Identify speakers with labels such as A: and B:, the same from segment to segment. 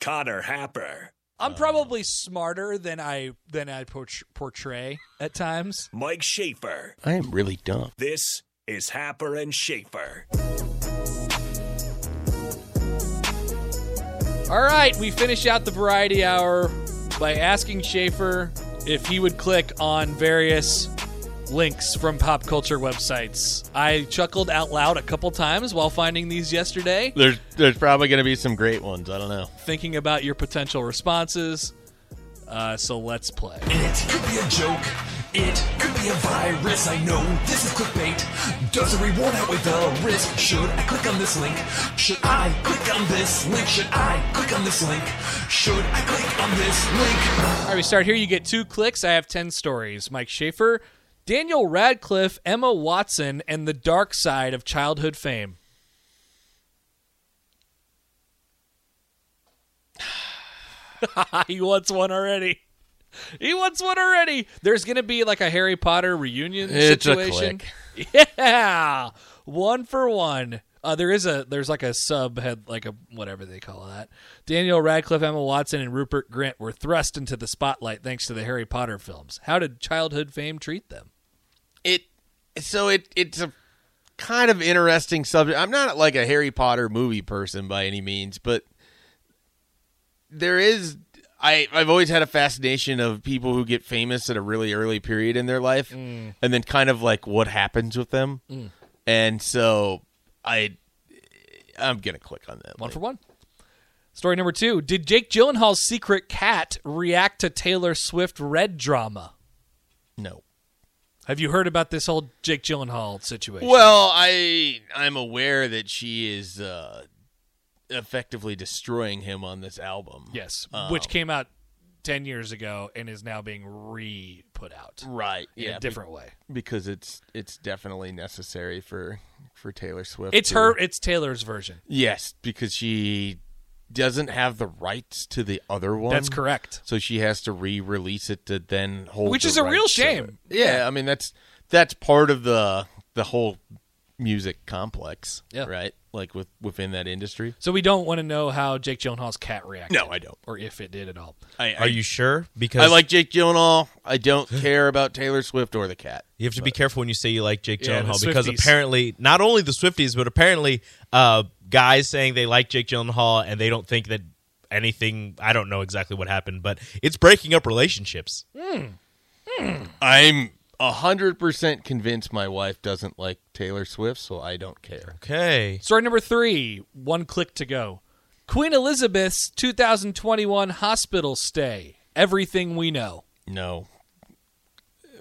A: Connor Happer,
B: I'm probably smarter than I than I portr- portray at times.
A: Mike Schaefer.
C: I am really dumb.
A: This is Happer and Schaefer.
B: All right, we finish out the variety hour by asking Schaefer if he would click on various links from pop culture websites. I chuckled out loud a couple times while finding these yesterday,
C: There's there's probably going to be some great ones. I don't know.
B: thinking about your potential responses. Uh, so let's play.
D: It could be a joke. It could be a virus. I know this is clickbait. Does it reward outweigh the risk? Should I click on this link? Should I click on this link? Should I click on this link? Should I click on this link?
B: All right, we start here. You get two clicks. I have 10 stories. Mike Schaefer, Daniel Radcliffe, Emma Watson, and the dark side of childhood fame. he wants one already. He wants one already. There's going to be like a Harry Potter reunion
C: It's a
B: situation. Yeah. One for one. Uh, there is a there's like a sub head like a whatever they call that. Daniel Radcliffe, Emma Watson, and Rupert Grant were thrust into the spotlight thanks to the Harry Potter films. How did childhood fame treat them?
C: It so it it's a kind of interesting subject. I'm not like a Harry Potter movie person by any means, but there is I I've always had a fascination of people who get famous at a really early period in their life and then kind of like what happens with them. And so I I'm going to click on that.
B: One
C: link.
B: for one. Story number two: Did Jake Gyllenhaal's secret cat react to Taylor Swift Red drama?
C: no.
B: Have you heard about this whole Jake Gyllenhaal situation?
C: Well, I I'm aware that she is uh, effectively destroying him on this album.
B: yes,
C: Um,
B: which came out ten years ago and is now being re put out
C: right?
B: in
C: Yeah,
B: a different way.
C: be- because it's it's definitely necessary for for Taylor Swift.
B: It's
C: to-
B: her. It's Taylor's version.
C: Yes, because she doesn't have the rights to the other one.
B: That's correct.
C: So she has to re-release it to then hold,
B: Which
C: the
B: is a real
C: rights to
B: shame.
C: it. Yeah, I mean that's that's part of the the whole music complex.
B: Yeah.
C: right. Like with within that industry.
B: So we don't want to know how Jake Gyllenhaal's cat reacted.
C: No, I don't.
B: Or if it did at all.
C: I,
E: Are you sure? Because
C: I like Jake Gyllenhaal. I don't care about Taylor Swift or the cat.
E: You have to be careful when you say you like Jake
B: Yeah, the
E: Gyllenhaal because
B: Swifties.
E: apparently, not only the Swifties, but apparently, uh, guys saying they like Jake Gyllenhaal and they don't think that anything. I don't know exactly what happened, but it's breaking up relationships.
C: I'm hundred percent convinced my wife doesn't like Taylor Swift, so I don't care.
E: Okay,
B: Story number three. One click to go. Queen Elizabeth's 2021 hospital stay. Everything we know.
C: No.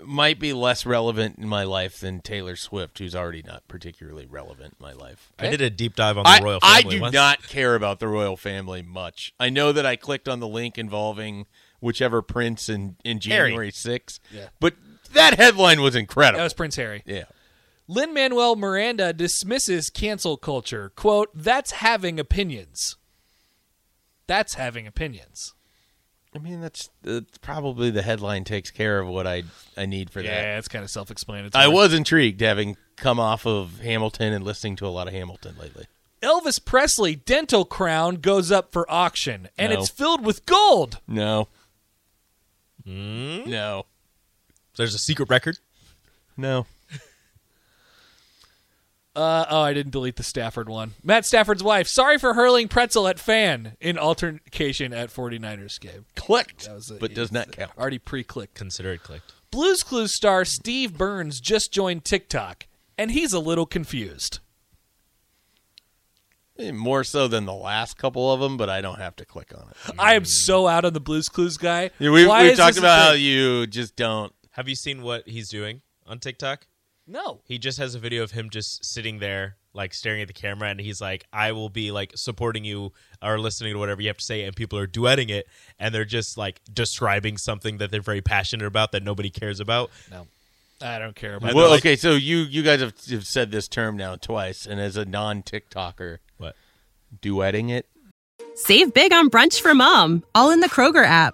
C: Might be less relevant in my life than Taylor Swift, who's already not particularly relevant in my life.
E: I did a deep dive on the
C: I,
E: royal.
C: I
E: Family
C: do
E: once.
C: not care about the royal family much. I know that I clicked on the link involving whichever prince in, in
E: Harry.
C: January 6th,
B: Yeah.
C: but that headline was
B: That
C: incredible.
B: was Prince Harry.
C: yeah.
B: Lin Manuel Miranda dismisses cancel culture. Quote, that's having opinions. That's having opinions.
C: I mean, that's, that's probably the headline takes care of what I I need for
B: Yeah,
C: that.
B: it's kind of self explanatory.
C: I was intrigued having come off of Hamilton and listening to a lot of Hamilton lately.
B: Elvis Presley dental crown goes up for auction and
C: No.
B: it's filled with gold.
C: No. No.
E: There's a secret record.
C: No.
B: Uh, oh, I didn't delete the Stafford one. Matt Stafford's wife, sorry for hurling pretzel at fan in altercation at 49ers game.
C: Clicked,
B: That was a-
C: but does not count.
B: Already pre clicked.
E: Consider it clicked.
B: Blues Clues star Steve Burns just joined TikTok and he's a little confused.
C: Eh, More so than the last couple of them, but I don't have to click on it.
B: I am so out on the Blues Clues guy.
C: Yeah, we,
B: Why
C: we've
B: is
C: talked
B: this a
C: about how
B: thing?
C: you just don't.
E: Have you seen what he's doing on TikTok?
B: No.
E: He just has a video of him just sitting there, like staring at the camera, and he's like, "I will be like supporting you or listening to whatever you have to say," and people are duetting it, and they're just like describing something that they're very passionate about that nobody cares about.
B: No. I don't care about
E: they're
C: Well,
E: like-
C: okay, so you you guys have, have said this term now twice, and as a non TikToker,
E: What?
C: duetting it.
F: Save big on brunch for mom, all in the Kroger app.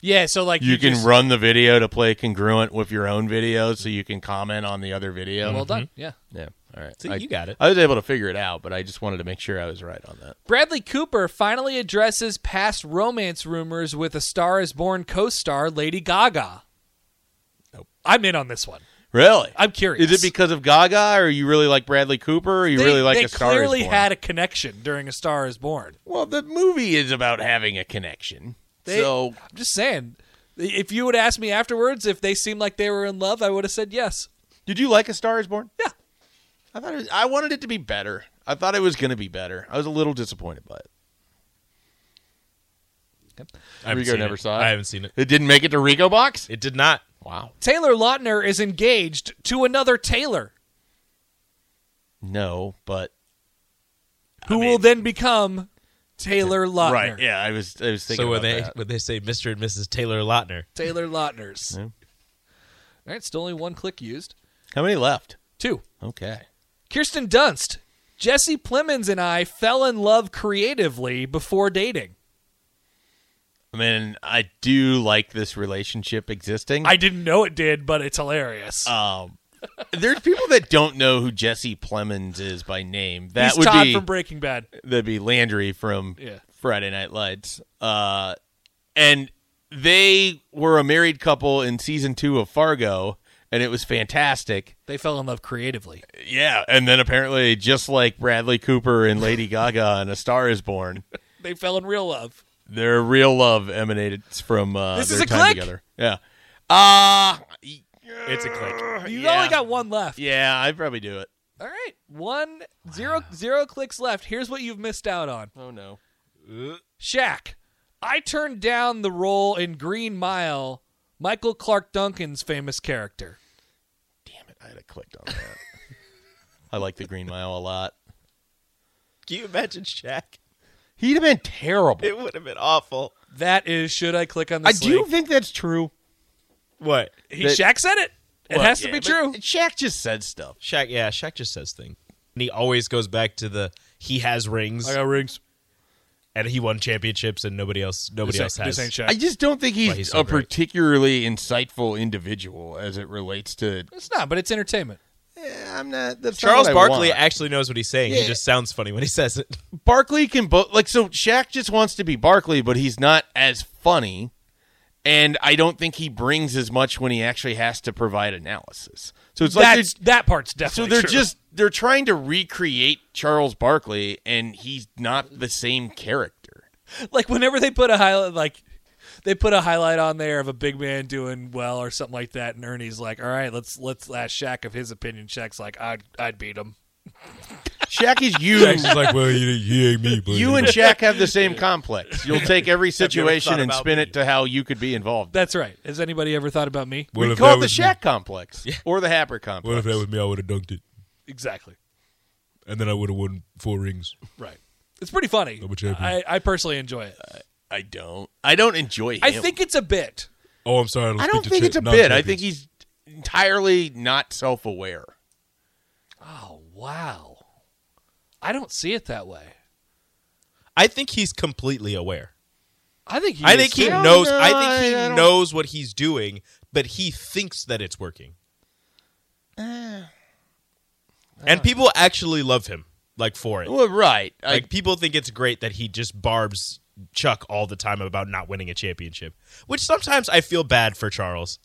B: Yeah, so like
C: You can
B: just-
C: run the video to play congruent with your own video, so you can comment on the other video. Mm-hmm.
B: Well done. Yeah.
C: Yeah. All right.
E: See,
C: I-
E: you got it.
C: I was able to figure it out, but I just wanted to make sure I was right on that.
B: Bradley Cooper finally addresses past romance rumors with a Star is Born co-star Lady Gaga. I'm in on this one.
C: Really?
B: I'm curious.
C: Is it because of Gaga, or you really like Bradley Cooper, or you
B: they,
C: really like
B: they
C: A Star
B: clearly
C: is Born?
B: had a connection during A Star is Born.
C: well, the movie is about having a connection.
B: They-
C: so
B: I'm just saying. If you would ask me afterwards if they seemed like they were in love, I would have said yes.
C: Did you like A Star Is Born?
B: Yeah.
C: I thought it was, I wanted it to be better. I thought it was going to be better. I was a little disappointed by it.
E: I haven't
C: Rigo
E: seen
C: never saw it.
E: I haven't seen it.
C: It didn't make it to Rico Box.
E: It did not.
C: Wow.
B: Taylor Lautner is engaged to another Taylor,
C: No, but
B: who will then become Taylor Lautner.
C: right. Yeah, I was. I was thinking
E: So when
C: about
E: they
C: that.
E: when they say Mr. and Mrs. Taylor Lautner,
B: Taylor Lautner's.
C: Yeah.
B: All right, still only one click used.
C: How many left?
B: Two.
C: Okay.
B: Kirsten Dunst, Jesse Plemons, and I fell in love creatively before dating.
C: I mean, I do like this relationship existing.
B: I didn't know it did, but it's hilarious.
C: um, there's people that don't know who Jesse Plemons is by name. That
B: He's
C: would
B: Todd
C: be
B: from Breaking Bad.
C: that'd be Landry from
B: Yeah.
C: Friday Night Lights. Uh, and they were a married couple in season two of Fargo, and it was fantastic.
B: They fell in love creatively.
C: Yeah, and then apparently, just like Bradley Cooper and Lady Gaga and A Star Is Born,
B: They fell in real love.
C: their real love emanated from uh,
B: This
C: their
B: is a
C: time
B: click?
C: together. Yeah. Uh, it's
E: a click.
B: You
C: yeah.
B: only got one left.
C: Yeah, I'd probably do it.
B: All right, one zero zero clicks left. Here's what you've missed out on.
C: Oh no.
B: Shaq, I turned down the role in Green Mile, Michael Clark Duncan's famous character.
C: Damn it! I had clicked on that. I like the Green Mile a lot.
E: Can you imagine Shaq?
C: He'd have been terrible.
E: It would have been awful.
B: That is, should I click on
C: I
B: this?
C: do
B: link?
C: think that's true.
E: What?
B: He,
C: that-
B: Shaq said it. It has to
C: yeah,
B: be
C: but
B: true.
C: Shaq just said stuff.
E: Shaq, yeah, Shaq just says things. And he always goes back to the he has rings
B: rings.
E: and he won championships and nobody else nobody else has.
B: Shaq.
C: I just don't think he's,
E: Why he's so
C: a
E: great.
C: particularly insightful individual as it relates to.
B: it's not, but it's entertainment.
C: Eh, I'm not. That's not
E: Charles
C: what I
E: Barkley
C: want.
E: actually knows what he's saying. He just sounds funny when he says it.
C: Barkley can both like so. Shaq just wants to be Barkley, but he's not as funny, and I don't think he brings as much when he actually has to provide analysis. So it's like
B: That's
C: they're-
B: that part's
C: so
B: definitely.
C: they're
B: true.
C: just they're trying to recreate Charles Barkley, and he's not the same character.
B: like whenever they put a highlight, like they put a highlight on there of a big man doing well or something like that, and Ernie's like, "All right, let's let's ask Shaq of his opinion." Shaq's like, "I'd I'd beat him."
C: Shaq is you.
E: like, well, you, you ain't me, but
C: You and Shaq have the same complex. You'll take every
E: you ever
C: situation
E: thought
C: and
E: about
C: spin
E: me?
C: it to how you could be involved.
B: That's right. Has anybody ever thought about me?
C: we call it the Shaq complex or the Happer
G: What if
C: complex.
G: that was me? I would have dunked it,
B: Exactly.
G: and then I would have won four rings.
B: Right. It's pretty funny.
G: Double champion.
B: I, I personally enjoy it.
C: I don't. I don't enjoy him.
B: I think it's a bit.
G: Oh, I'm sorry.
C: I don't think it's a bit. I think he's entirely not self-aware.
B: Oh wow. I don't see it that way.
E: I think he's completely aware.
B: I think he
E: I
B: is
E: think he
B: too.
E: knows
C: no,
E: I think he
C: I- I don't-
E: knows what he's doing, but he thinks that it's working.
C: Eh.
E: and people actually love him like for it.
C: Well, right. I-
E: Like people think it's great that he just barbs Chuck all the time about not winning a championship, which sometimes I feel bad for Charles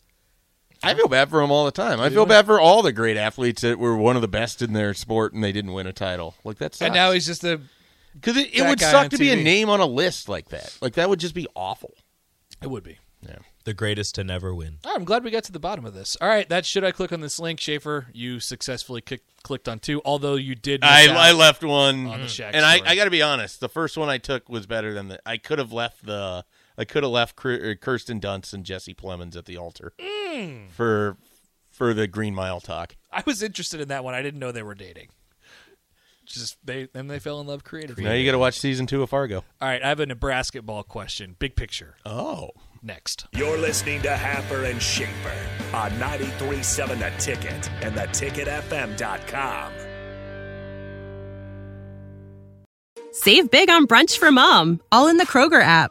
C: I feel bad for them all the time. I feel bad for all the great athletes that were one of the best in their sport and they didn't win a title. Like that's
B: And now he's just a.
C: because it, it
B: that
C: would
B: guy
C: suck
B: on
C: to be a
B: TV.
C: name on a list like that. Like that would just be awful.
B: It would be.
E: The greatest to never win.
B: I'm glad we got to the bottom of this. All right, that should I click on this link, Schaefer? You successfully click, clicked on two, although you did. miss
C: I,
B: out.
C: I left one,
B: On Oh, the Shaq
C: and I,
B: story.
C: I got to be honest. The first one I took was better than the. I could have left the. I could have left Kir- Kirsten Dunst and Jesse Plemons at the altar
B: Mm.
C: for for the Green Mile talk.
B: I was interested in that one. I didn't know they were dating. Just they and they fell in love creatively.
C: Now you got to watch season two of Fargo.
B: All right, I have a Nebraska ball question. Big picture.
C: Oh,
B: Next.
A: You're listening to Happer and Schaefer on 93.7 The Ticket and theticketfm.com.
F: Save big on brunch for mom, all in the Kroger app.